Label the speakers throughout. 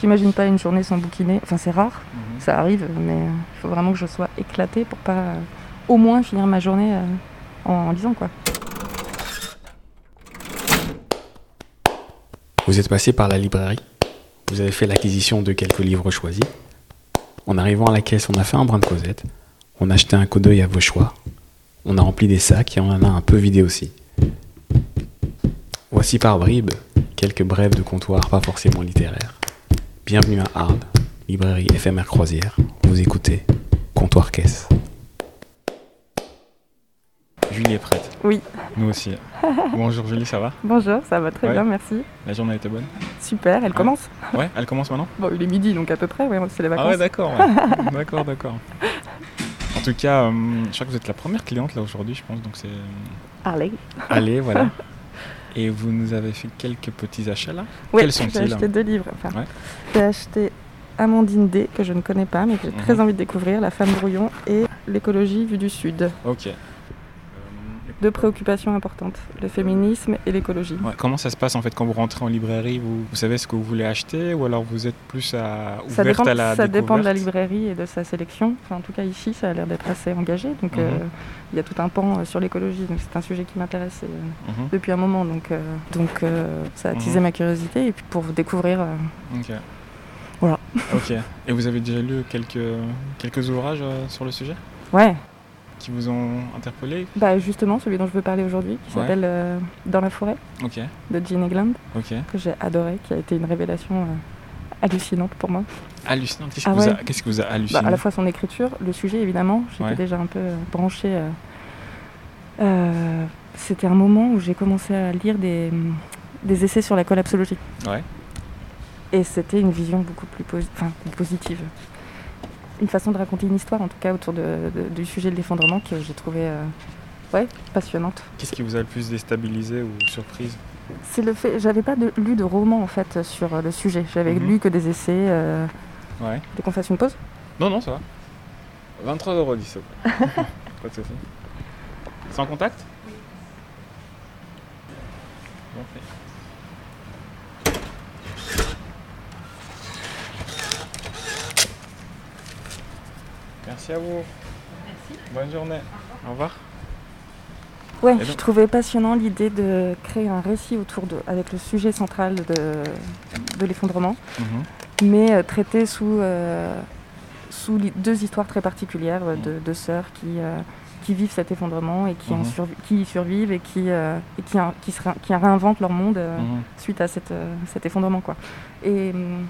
Speaker 1: J'imagine pas une journée sans bouquiner. Enfin, c'est rare,
Speaker 2: Mhm.
Speaker 1: ça arrive, mais euh, il faut vraiment que je sois éclatée pour pas euh, au moins finir ma journée euh, en lisant, quoi.
Speaker 3: Vous êtes passé par la librairie, vous avez fait l'acquisition de quelques livres choisis. En arrivant à la caisse, on a fait un brin de Cosette, on a jeté un coup d'œil à vos choix, on a rempli des sacs et on en a un peu vidé aussi. Voici par bribes quelques brèves de comptoir pas forcément littéraires. Bienvenue à Arles, librairie éphémère croisière. Vous écoutez Comptoir Caisse.
Speaker 2: Julie est prête.
Speaker 1: Oui.
Speaker 2: Nous aussi. Bonjour Julie, ça va
Speaker 1: Bonjour, ça va très
Speaker 2: Ouais.
Speaker 1: bien, merci.
Speaker 2: La journée a été bonne
Speaker 1: Super, elle commence.
Speaker 2: Ouais, elle commence maintenant
Speaker 1: Bon, il est midi, donc à peu près, ouais, c'est les
Speaker 2: Ah
Speaker 1: vacances.
Speaker 2: ouais, d'accord. ouais. d'accord, d'accord. En tout cas, euh, je crois que vous êtes la première cliente là aujourd'hui, je pense, donc c'est... euh,
Speaker 1: Allez.
Speaker 2: Allez, voilà. Et vous nous avez fait quelques petits achats là
Speaker 1: Ouais,
Speaker 2: Quels sont-ils hein
Speaker 1: J'ai acheté deux livres. Enfin,
Speaker 2: Ouais.
Speaker 1: J'ai acheté Amandine D, que je ne connais pas, mais que j'ai très
Speaker 2: Mhm.
Speaker 1: envie de découvrir, La femme brouillon et L'écologie vue du Sud.
Speaker 2: Ok. Euh,
Speaker 1: Deux préoccupations importantes, le féminisme et l'écologie.
Speaker 2: ouais, Comment ça se passe en fait quand vous rentrez en librairie vous, vous savez ce que vous voulez acheter ou alors vous êtes plus à, ouverte
Speaker 1: Ça, dépend,
Speaker 2: à la
Speaker 1: ça dépend de la
Speaker 2: découverte
Speaker 1: librairie et de sa sélection. Enfin, en tout cas, ici, ça a l'air d'être assez engagé. Donc,
Speaker 2: Mhm.
Speaker 1: euh, il y a tout un pan euh, sur l'écologie. Donc, c'est un sujet qui m'intéresse euh,
Speaker 2: Mhm,
Speaker 1: depuis un moment. Donc, euh, donc euh, ça a attisé
Speaker 2: Mhm.
Speaker 1: ma curiosité. Et puis, pour découvrir. euh,
Speaker 2: ok.
Speaker 1: Voilà.
Speaker 2: ok. Et vous avez déjà lu quelques, quelques ouvrages euh, sur le sujet
Speaker 1: Ouais,
Speaker 2: qui vous ont interpellé
Speaker 1: bah, justement, celui dont je veux parler aujourd'hui, qui
Speaker 2: Ouais.
Speaker 1: s'appelle euh, Dans la forêt,
Speaker 2: Ok,
Speaker 1: de Jean Egland.
Speaker 2: ok.
Speaker 1: que j'ai adoré, qui a été une révélation euh, hallucinante pour moi.
Speaker 2: Hallucinant. Qu'est-ce,
Speaker 1: Ah
Speaker 2: qui, vous a,
Speaker 1: ouais.
Speaker 2: qu'est-ce qui vous a
Speaker 1: Bah,
Speaker 2: halluciné
Speaker 1: à la fois son écriture, le sujet évidemment, j'étais
Speaker 2: Ouais.
Speaker 1: déjà un peu euh, branchée. euh. Euh, C'était un moment où j'ai commencé à lire des, des essais sur la collapsologie.
Speaker 2: Ouais.
Speaker 1: Et c'était une vision beaucoup plus posi- enfin, positive. Une façon de raconter une histoire, en tout cas, autour de- de- du sujet de l'effondrement que j'ai trouvé euh, ouais, passionnante.
Speaker 2: Qu'est-ce qui vous a le plus déstabilisé ou surprise
Speaker 1: C'est le fait, j'avais pas de- lu de roman en fait sur euh, le sujet. J'avais
Speaker 2: Mhm.
Speaker 1: lu que des essais. euh,
Speaker 2: Ouais.
Speaker 1: Dès qu'on fasse une pause
Speaker 2: Non, non, ça va. 23,10€. s'il vous plaît. Pas de soucis. Sans contact Bon, mais- Merci à vous. Bonne journée. Au revoir.
Speaker 1: Ouais,
Speaker 2: Et
Speaker 1: je
Speaker 2: donc-
Speaker 1: trouvais passionnant l'idée de créer un récit autour de, avec le sujet central de, de l'effondrement, mais euh, traité sous, euh, sous li- deux histoires très particulières euh, de, de sœurs qui, euh, qui vivent cet effondrement et qui, en
Speaker 2: Mhm.
Speaker 1: survi- qui y survivent et qui, euh, et qui, in- qui, se réin- qui réinventent leur monde euh,
Speaker 2: Mhm.
Speaker 1: suite à cette, euh, cet effondrement. Quoi. Et, hum,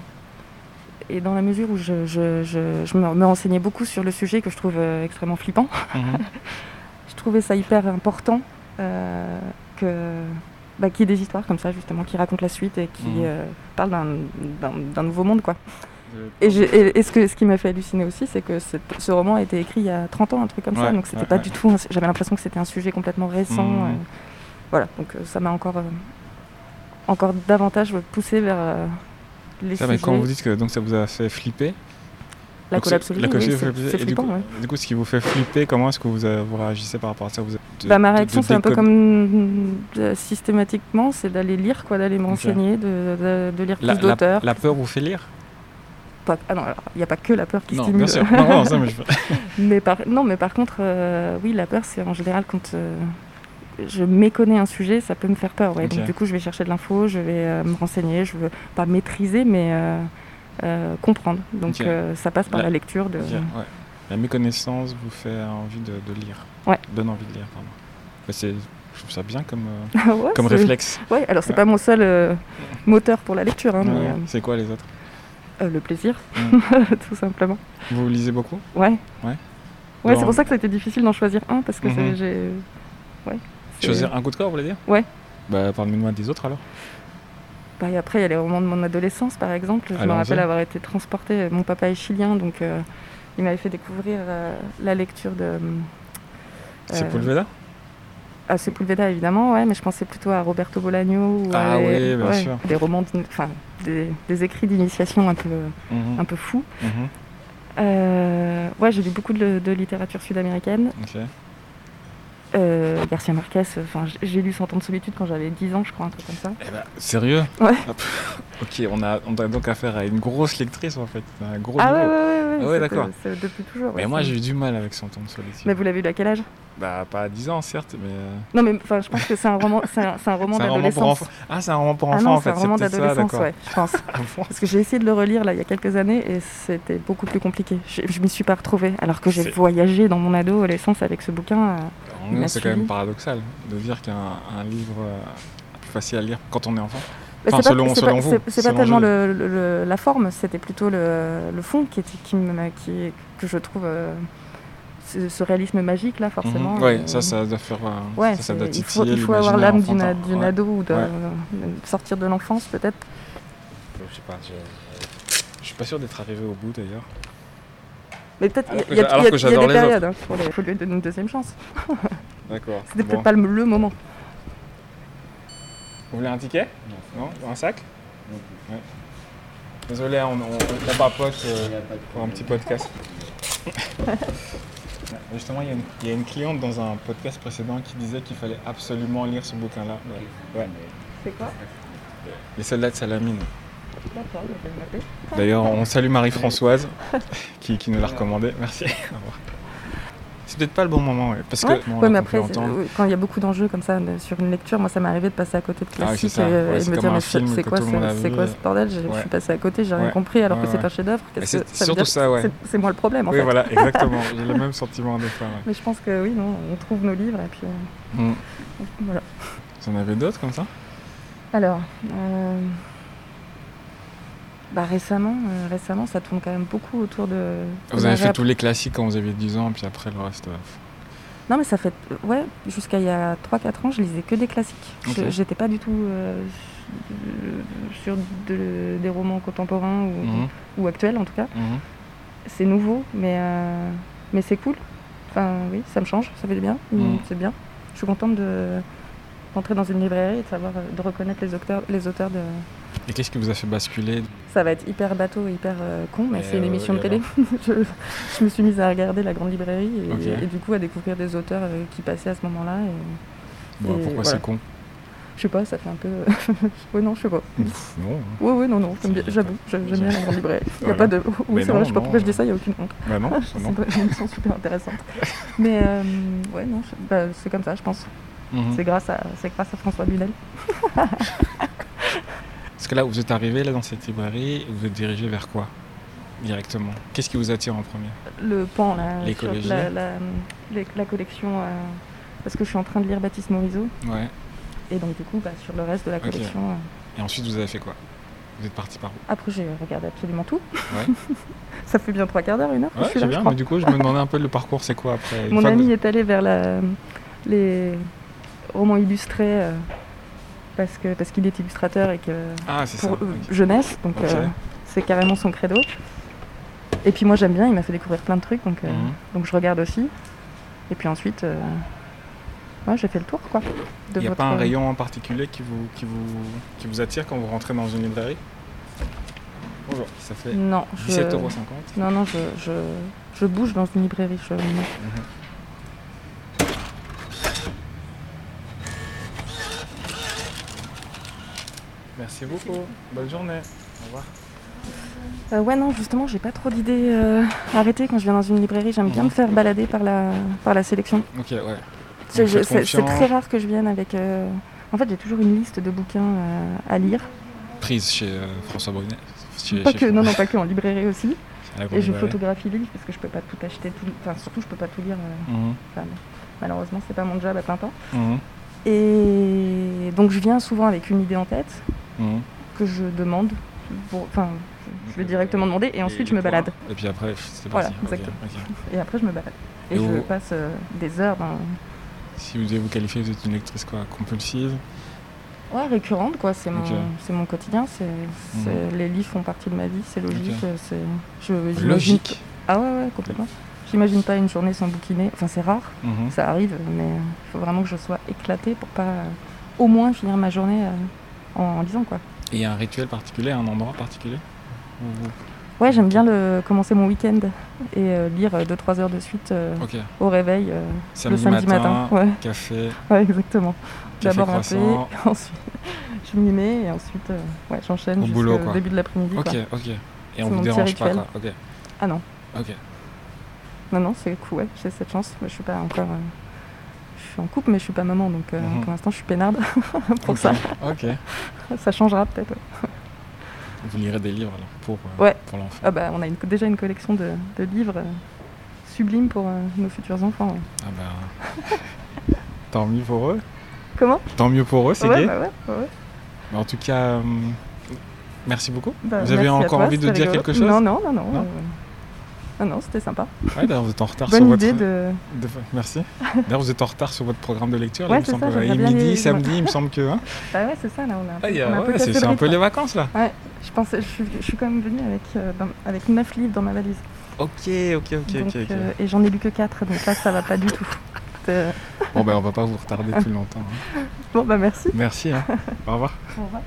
Speaker 1: et dans la mesure où je, je- je- je me, me renseignais beaucoup sur le sujet que je trouve euh, extrêmement flippant,
Speaker 2: Mhm.
Speaker 1: je trouvais ça hyper important euh, que bah, qu'il y ait des histoires comme ça justement qui racontent la suite et qui
Speaker 2: Mhm.
Speaker 1: euh, parlent d'un- d'un d'un nouveau monde quoi.
Speaker 2: Vous avez-
Speaker 1: Et, j'ai- et- et ce, que, ce qui m'a fait halluciner aussi c'est que cette- ce roman a été écrit il y a 30 ans, un truc comme ça,
Speaker 2: Ouais,
Speaker 1: donc c'était
Speaker 2: ouais,
Speaker 1: pas
Speaker 2: ouais.
Speaker 1: du tout, un su- j'avais l'impression que c'était un sujet complètement récent.
Speaker 2: Mhm.
Speaker 1: euh, voilà, donc euh, ça m'a encore, euh, encore davantage poussé vers euh, les
Speaker 2: Ça, mais
Speaker 1: sujets,
Speaker 2: quand vous dites que donc, ça vous a fait flipper,
Speaker 1: la
Speaker 2: donc c'est-
Speaker 1: collapsologie,
Speaker 2: la
Speaker 1: oui,
Speaker 2: collapsologie,
Speaker 1: c'est
Speaker 2: vous a fait
Speaker 1: c'est
Speaker 2: flipper. Et
Speaker 1: flippant. ouais.
Speaker 2: du, coup, du coup, ce qui vous fait flipper, comment est-ce que vous, euh, vous réagissez par rapport à ça vous, de-
Speaker 1: Bah, ma
Speaker 2: de- de
Speaker 1: réaction, c'est un peu
Speaker 2: décode-
Speaker 1: comme euh, systématiquement, c'est d'aller lire, quoi, d'aller me renseigner, de, de- de lire
Speaker 2: La,
Speaker 1: plus
Speaker 2: la-
Speaker 1: d'auteurs.
Speaker 2: la peur vous fait lire
Speaker 1: Pas- Ah non, alors, il n'y a pas que la peur qui
Speaker 2: Non,
Speaker 1: stimule.
Speaker 2: bien sûr. Non, non, ça, mais je...
Speaker 1: mais par... Non, mais par contre, euh, oui, la peur, c'est en général quand euh, je méconnais un sujet, ça peut me faire peur. ouais.
Speaker 2: Ok.
Speaker 1: Donc, du coup, je vais chercher de l'info, je vais euh, me renseigner, je veux pas maîtriser, mais euh, euh, comprendre. Donc,
Speaker 2: Ok.
Speaker 1: euh, ça passe par
Speaker 2: La-
Speaker 1: la, lecture. De...
Speaker 2: dire, ouais. La méconnaissance vous fait envie de, de lire.
Speaker 1: Ouais.
Speaker 2: Donne envie de lire, pardon. Bah, c'est, je trouve ça bien comme, euh,
Speaker 1: Ouais,
Speaker 2: comme
Speaker 1: Ah, c'est-
Speaker 2: réflexe.
Speaker 1: Ouais, alors, c'est
Speaker 2: Ouais.
Speaker 1: pas mon seul euh, moteur pour la lecture, hein, mais,
Speaker 2: Ouais. C'est quoi les autres
Speaker 1: euh, euh, le plaisir,
Speaker 2: Mm.
Speaker 1: tout simplement.
Speaker 2: Vous lisez beaucoup
Speaker 1: Ouais.
Speaker 2: Ouais.
Speaker 1: Ouais,
Speaker 2: Dans-
Speaker 1: c'est pour ça que ça a été difficile d'en choisir un parce que c'est-
Speaker 2: Mhm.
Speaker 1: j'ai. Ouais. c'est-
Speaker 2: Choisir un coup de corps, vous voulez dire
Speaker 1: Ouais.
Speaker 2: Bah, parlez-moi des autres alors.
Speaker 1: Bah, et après, il y a les romans de mon adolescence, par exemple. Je me
Speaker 2: Allons-y.
Speaker 1: rappelle avoir été transportée. euh, Mon papa est chilien, donc euh, il m'avait fait découvrir euh, la lecture de.
Speaker 2: C'est
Speaker 1: euh,
Speaker 2: Poulveda
Speaker 1: à ah, Sepulveda, évidemment, ouais, mais je pensais plutôt à Roberto Bolaño ou à
Speaker 2: Ah
Speaker 1: des,
Speaker 2: oui, bien sûr.
Speaker 1: des romans, d'in- enfin, des, des écrits d'initiation un peu,
Speaker 2: Mhm,
Speaker 1: un peu fous.
Speaker 2: mhm,
Speaker 1: Euh, ouais, j'ai lu beaucoup de- de littérature sud-américaine.
Speaker 2: ok.
Speaker 1: Euh, Garcia Marquez, enfin j'ai lu Cent ans de solitude quand j'avais 10 ans, je crois, un truc comme ça.
Speaker 2: Eh bah, ben, sérieux
Speaker 1: Ouais.
Speaker 2: Ok, on a, on a donc affaire à une grosse lectrice en fait. Un gros
Speaker 1: Ah ouais,
Speaker 2: niveau.
Speaker 1: ouais, ouais, ouais,
Speaker 2: Ah ouais,
Speaker 1: c'est-
Speaker 2: d'accord.
Speaker 1: C'est depuis toujours.
Speaker 2: Mais
Speaker 1: ouais,
Speaker 2: moi
Speaker 1: c'est-
Speaker 2: j'ai eu du mal avec son temps de solitude.
Speaker 1: Mais vous l'avez lu à quel âge
Speaker 2: Bah pas à 10 ans certes, mais euh,
Speaker 1: Non, mais enfin, je pense que c'est un roman, c'est un, c'est un roman
Speaker 2: c'est un roman pour
Speaker 1: d'adolescence.
Speaker 2: enfants. Ah c'est un roman pour
Speaker 1: Ah
Speaker 2: enfants
Speaker 1: non,
Speaker 2: en
Speaker 1: c'est
Speaker 2: fait,
Speaker 1: un
Speaker 2: c'est
Speaker 1: roman
Speaker 2: peut-être ça,
Speaker 1: d'adolescence,
Speaker 2: d'accord. Ah
Speaker 1: ouais, je pense. Parce que j'ai essayé de le relire là il y a quelques années et c'était beaucoup plus compliqué. Je, je m'y suis pas retrouvée alors que j'ai
Speaker 2: C'est-
Speaker 1: voyagé dans mon adolescence avec ce bouquin. euh. Il
Speaker 2: En même temps,
Speaker 1: a
Speaker 2: C'est quand
Speaker 1: suivi.
Speaker 2: même paradoxal de dire qu'un un livre euh, est plus facile à lire quand on est enfant.
Speaker 1: Bah,
Speaker 2: Enfin,
Speaker 1: c'est pas-
Speaker 2: selon-
Speaker 1: c'est
Speaker 2: selon
Speaker 1: pas,
Speaker 2: vous,
Speaker 1: c'est- c'est pas
Speaker 2: selon
Speaker 1: tellement
Speaker 2: je-
Speaker 1: le- le- le- la forme, c'était plutôt le, le fond qui, était, qui, me- qui- que je trouve euh, ce, ce réalisme magique là forcément.
Speaker 2: Mhm. Ouais,
Speaker 1: euh,
Speaker 2: ça, ça doit faire. euh,
Speaker 1: ouais,
Speaker 2: ça, ça
Speaker 1: c'est-
Speaker 2: doit
Speaker 1: il faut, il
Speaker 2: titiller
Speaker 1: faut avoir
Speaker 2: l'imaginaire
Speaker 1: l'âme d'une,
Speaker 2: enfantin.
Speaker 1: d'une
Speaker 2: Ouais.
Speaker 1: ado ou de,
Speaker 2: Ouais.
Speaker 1: de sortir de l'enfance peut-être.
Speaker 2: Je sais pas, je- je suis pas sûr d'être arrivé au bout d'ailleurs.
Speaker 1: Mais peut-être
Speaker 2: Alors que
Speaker 1: il y a, il
Speaker 2: j'a-
Speaker 1: y a-
Speaker 2: alors
Speaker 1: il y a-
Speaker 2: que
Speaker 1: il y a
Speaker 2: j'adore
Speaker 1: des
Speaker 2: les autres.
Speaker 1: périodes. hein, pour les- Il faut lui donner une deuxième chance.
Speaker 2: D'accord.
Speaker 1: C'était
Speaker 2: Bon.
Speaker 1: peut-être pas le, le moment.
Speaker 2: Vous voulez un ticket Non. Un sac Ouais. Désolé, hein, on, on, on papote euh, pour un petit podcast. Justement, il y a une- il y, a une cliente dans un podcast précédent qui disait qu'il fallait absolument lire ce bouquin-là. Ouais. Ouais.
Speaker 1: C'est quoi
Speaker 2: Les soldats de Salamine.
Speaker 1: D'accord, je vais le noter.
Speaker 2: D'ailleurs, on salue Marie-Françoise qui, qui nous l'a recommandé. Merci. Au revoir. C'est peut-être pas le bon moment, ouais, parce que
Speaker 1: Ouais,
Speaker 2: bon, on
Speaker 1: ouais,
Speaker 2: l'a
Speaker 1: mais
Speaker 2: compris
Speaker 1: après, c'est-
Speaker 2: longtemps.
Speaker 1: oui, quand il y a beaucoup d'enjeux comme ça de- sur une lecture, moi ça m'est arrivé de passer à côté de
Speaker 2: Ah oui, c'est
Speaker 1: classiques
Speaker 2: ça.
Speaker 1: et, euh,
Speaker 2: Ouais,
Speaker 1: et
Speaker 2: c'est
Speaker 1: de me
Speaker 2: comme
Speaker 1: dire
Speaker 2: un
Speaker 1: mais c'est
Speaker 2: film
Speaker 1: c'est
Speaker 2: que
Speaker 1: quoi,
Speaker 2: tout le monde a
Speaker 1: ce- c'est
Speaker 2: vu.
Speaker 1: quoi ce bordel J'ai- Je
Speaker 2: Ouais.
Speaker 1: suis passé à côté, j'ai rien
Speaker 2: Ouais.
Speaker 1: compris alors
Speaker 2: Ouais,
Speaker 1: que c'est
Speaker 2: ouais.
Speaker 1: un chef-d'œuvre. Qu'est-ce
Speaker 2: c'est
Speaker 1: que- ça veut
Speaker 2: surtout
Speaker 1: dire que
Speaker 2: ça, ouais.
Speaker 1: c'est- C'est moi le problème en
Speaker 2: Oui,
Speaker 1: fait.
Speaker 2: voilà, exactement. J'ai le même sentiment des fois.
Speaker 1: Mais je pense que oui, non, on trouve nos livres et puis euh,
Speaker 2: Ouais. Mm.
Speaker 1: voilà.
Speaker 2: Vous en avez d'autres comme ça
Speaker 1: Alors, euh, bah récemment, euh, récemment, ça tourne quand même beaucoup autour de.
Speaker 2: Vous
Speaker 1: de la
Speaker 2: avez fait tous les classiques quand vous aviez 10 ans, puis après le reste. euh,
Speaker 1: Non, mais ça fait. euh, Ouais, jusqu'à il y a 3-4 ans, je lisais que des classiques. Je-
Speaker 2: Ok.
Speaker 1: J'étais pas du tout euh, sur de- des romans contemporains ou,
Speaker 2: mhm,
Speaker 1: ou actuels en tout cas.
Speaker 2: mhm.
Speaker 1: C'est nouveau, mais, euh, mais c'est cool. Enfin, oui, ça me change, ça fait du bien. Mm,
Speaker 2: Mhm.
Speaker 1: C'est bien. Je suis contente de d'entrer dans une librairie et de savoir euh, de reconnaître les auteurs les auteurs de
Speaker 2: Et qu'est-ce qui vous a fait basculer
Speaker 1: ça va être hyper bateau et hyper euh, con mais
Speaker 2: Et
Speaker 1: c'est une
Speaker 2: euh,
Speaker 1: émission de
Speaker 2: et
Speaker 1: télé je, je me suis mise à regarder la grande librairie et,
Speaker 2: Ok.
Speaker 1: et du coup à découvrir des auteurs euh, qui passaient à ce moment-là et,
Speaker 2: Bon,
Speaker 1: Et
Speaker 2: Pourquoi
Speaker 1: voilà.
Speaker 2: c'est con
Speaker 1: Je sais pas, ça fait un peu. ouais, non, je sais pas.
Speaker 2: Pff, Non. hein.
Speaker 1: Ouais, ouais, non, non, j'aime bien-
Speaker 2: C'est-
Speaker 1: j'avoue, j'aime j'aime bien la grande librairie. Il n'y a pas
Speaker 2: Voilà.
Speaker 1: de. Oui,
Speaker 2: Mais
Speaker 1: c'est vrai,
Speaker 2: non,
Speaker 1: je sais pas
Speaker 2: non,
Speaker 1: pourquoi je dis
Speaker 2: euh,
Speaker 1: ça, il n'y a aucune honte.
Speaker 2: Bah non,
Speaker 1: C'est
Speaker 2: non.
Speaker 1: pas une émission super intéressante. Mais euh, ouais, non, je- bah, c'est comme ça, je pense.
Speaker 2: Mhm.
Speaker 1: C'est grâce, à... c'est grâce à François Bunel.
Speaker 2: Parce que là, vous êtes arrivé là, dans cette librairie, vous êtes dirigé vers quoi Directement. Qu'est-ce qui vous attire en premier
Speaker 1: Le pan, là,
Speaker 2: L'écologie.
Speaker 1: sur la, la, les- la collection. euh, Parce que je suis en train de lire Baptiste Morisot.
Speaker 2: Ouais.
Speaker 1: Et donc, du coup, bah, sur le reste de la
Speaker 2: Ok.
Speaker 1: collection. euh,
Speaker 2: Et ensuite, vous avez fait quoi Vous êtes parti par où
Speaker 1: Après, j'ai regardé absolument tout.
Speaker 2: Ouais.
Speaker 1: ça fait bien trois quarts d'heure, une heure. que je
Speaker 2: Ouais,
Speaker 1: suis
Speaker 2: c'est
Speaker 1: là,
Speaker 2: bien,
Speaker 1: je crois.
Speaker 2: mais du coup, je me demandais un peu le parcours, c'est quoi après une
Speaker 1: Mon
Speaker 2: fois que
Speaker 1: ami
Speaker 2: vous-
Speaker 1: est allé vers la, les romans illustrés euh, parce que parce qu'il est illustrateur et que
Speaker 2: Ah, c'est ça.
Speaker 1: pour
Speaker 2: ok.
Speaker 1: euh, jeunesse, donc
Speaker 2: Ok.
Speaker 1: euh, c'est carrément son credo. Et puis moi j'aime bien, il m'a fait découvrir plein de trucs, donc euh,
Speaker 2: Mhm.
Speaker 1: donc je regarde aussi. Et puis ensuite, euh, ouais, j'ai fait le tour quoi. de
Speaker 2: Il n'y a
Speaker 1: votre-
Speaker 2: pas un rayon en particulier qui vous, qui, vous, qui vous attire quand vous rentrez dans une librairie Bonjour, ça fait
Speaker 1: Non, je
Speaker 2: 17,50 euros.
Speaker 1: non non je, je je bouge dans une librairie. Je...
Speaker 2: Merci beaucoup. Bonne journée. Au revoir.
Speaker 1: Euh, ouais non justement j'ai pas trop d'idées euh, arrêtées quand je viens dans une librairie.
Speaker 2: Mhm.
Speaker 1: J'aime bien me faire balader par la par la sélection.
Speaker 2: Ok, ouais.
Speaker 1: C'est
Speaker 2: Donc,
Speaker 1: je-
Speaker 2: faites
Speaker 1: c'est- c'est
Speaker 2: confiance.
Speaker 1: très rare que je vienne avec. euh, En fait, j'ai toujours une liste de bouquins euh, à lire.
Speaker 2: Prise chez euh, François Brunet. Chez-
Speaker 1: Pas
Speaker 2: chez
Speaker 1: que, non,
Speaker 2: Fran-
Speaker 1: non, pas que en librairie aussi.
Speaker 2: à la
Speaker 1: Et je
Speaker 2: Grande-Librairie.
Speaker 1: photographie les livres parce que je peux pas tout acheter. Tout... Enfin, surtout, je peux pas tout lire. euh,
Speaker 2: Mhm,
Speaker 1: Malheureusement, c'est pas mon job à plein temps.
Speaker 2: mhm,
Speaker 1: Et donc, je viens souvent avec une idée en tête
Speaker 2: mhm.
Speaker 1: que je demande. pour- Enfin, je- je vais directement demander et ensuite je
Speaker 2: les
Speaker 1: me
Speaker 2: points.
Speaker 1: balade.
Speaker 2: Et puis après, pff, c'est
Speaker 1: Voilà,
Speaker 2: parti. ok,
Speaker 1: exactement.
Speaker 2: ok.
Speaker 1: Et après, je me balade. Et,
Speaker 2: Et
Speaker 1: je
Speaker 2: vous-
Speaker 1: passe euh, des heures dans...
Speaker 2: Si vous devez vous qualifier, vous êtes une lectrice quoi, compulsive.
Speaker 1: Ouais, récurrente, quoi. C'est mon,
Speaker 2: Ok. Mhm.
Speaker 1: c'est mon quotidien. c'est c'est- Les livres font partie de ma vie. C'est logique.
Speaker 2: Ok.
Speaker 1: euh, c'est je- j'imagine
Speaker 2: Logique.
Speaker 1: Ah ouais, ouais, complètement. J'imagine pas une journée sans bouquiner. Enfin, c'est rare,
Speaker 2: Mhm.
Speaker 1: ça arrive, mais il faut vraiment que je sois éclatée pour pas euh, au moins finir ma journée euh, en, en lisant, quoi.
Speaker 2: Et un rituel particulier, un endroit particulier Où vous-
Speaker 1: Ouais, j'aime bien le, commencer mon week-end et euh, lire 2-3 heures de suite euh,
Speaker 2: Ok,
Speaker 1: au réveil euh,
Speaker 2: samedi,
Speaker 1: le samedi matin. Ouais,
Speaker 2: café,
Speaker 1: ouais, exactement.
Speaker 2: café
Speaker 1: D'abord un thé,
Speaker 2: croissant,
Speaker 1: ensuite, je m'y mets et ensuite euh, ouais, j'enchaîne
Speaker 2: Au boulot,
Speaker 1: jusqu'au
Speaker 2: quoi.
Speaker 1: début de l'après-midi.
Speaker 2: Ok,
Speaker 1: quoi.
Speaker 2: ok. Et
Speaker 1: C'est
Speaker 2: on
Speaker 1: mon
Speaker 2: vous
Speaker 1: petit
Speaker 2: dérange pas,
Speaker 1: rituel.
Speaker 2: quoi. Ok,
Speaker 1: Ah non,
Speaker 2: ok.
Speaker 1: non, non, c'est cool, ouais, j'ai cette chance. Mais je suis pas encore. euh, Je suis en couple, mais je suis pas maman, donc euh,
Speaker 2: Mhm.
Speaker 1: pour l'instant je suis peinarde pour
Speaker 2: Ok,
Speaker 1: ça.
Speaker 2: Ok.
Speaker 1: Ça changera peut-être. ouais.
Speaker 2: Vous lirez des livres alors, pour, euh,
Speaker 1: Ouais.
Speaker 2: pour l'enfant.
Speaker 1: Ah bah, on a une- déjà une collection de, de livres euh, sublimes pour euh, nos futurs enfants. ouais.
Speaker 2: Ah bah. Tant mieux pour eux.
Speaker 1: Comment
Speaker 2: Tant mieux pour eux, c'est
Speaker 1: ouais,
Speaker 2: gay.
Speaker 1: bah ouais, ouais, ouais.
Speaker 2: Mais en tout cas, euh, merci beaucoup.
Speaker 1: Bah,
Speaker 2: Vous avez
Speaker 1: merci à
Speaker 2: encore
Speaker 1: toi,
Speaker 2: envie de
Speaker 1: c'était
Speaker 2: dire
Speaker 1: rigolo.
Speaker 2: quelque chose
Speaker 1: Non, non, non, non.
Speaker 2: Non
Speaker 1: euh, Non, non, c'était sympa.
Speaker 2: Ouais, d'ailleurs, vous êtes en retard sur
Speaker 1: Bonne
Speaker 2: votre.
Speaker 1: idée de.
Speaker 2: de- Merci. D'ailleurs, vous êtes en retard sur votre programme de lecture. là,
Speaker 1: Ouais,
Speaker 2: il me
Speaker 1: c'est ça,
Speaker 2: semble.
Speaker 1: j'aimerais
Speaker 2: Et
Speaker 1: bien
Speaker 2: midi,
Speaker 1: les-
Speaker 2: samedi, il me semble que. hein.
Speaker 1: Bah ouais, c'est ça, là, on a un peu,
Speaker 2: Ah, il y a-
Speaker 1: on a un peu
Speaker 2: ouais,
Speaker 1: cassé
Speaker 2: c'est
Speaker 1: le
Speaker 2: c'est un peu
Speaker 1: rythme.
Speaker 2: les vacances là.
Speaker 1: Je pensais, je suis, je suis quand même venue avec, euh, dans- avec 9 livres dans ma valise.
Speaker 2: Ok, ok, ok,
Speaker 1: donc,
Speaker 2: ok. ok.
Speaker 1: euh, et j'en ai lu que 4, donc là, ça va pas du tout. Euh,
Speaker 2: bah, Bon, ben, on va pas vous retarder plus longtemps. hein.
Speaker 1: Bon, bah merci.
Speaker 2: Merci. hein. Au revoir.
Speaker 1: Au revoir.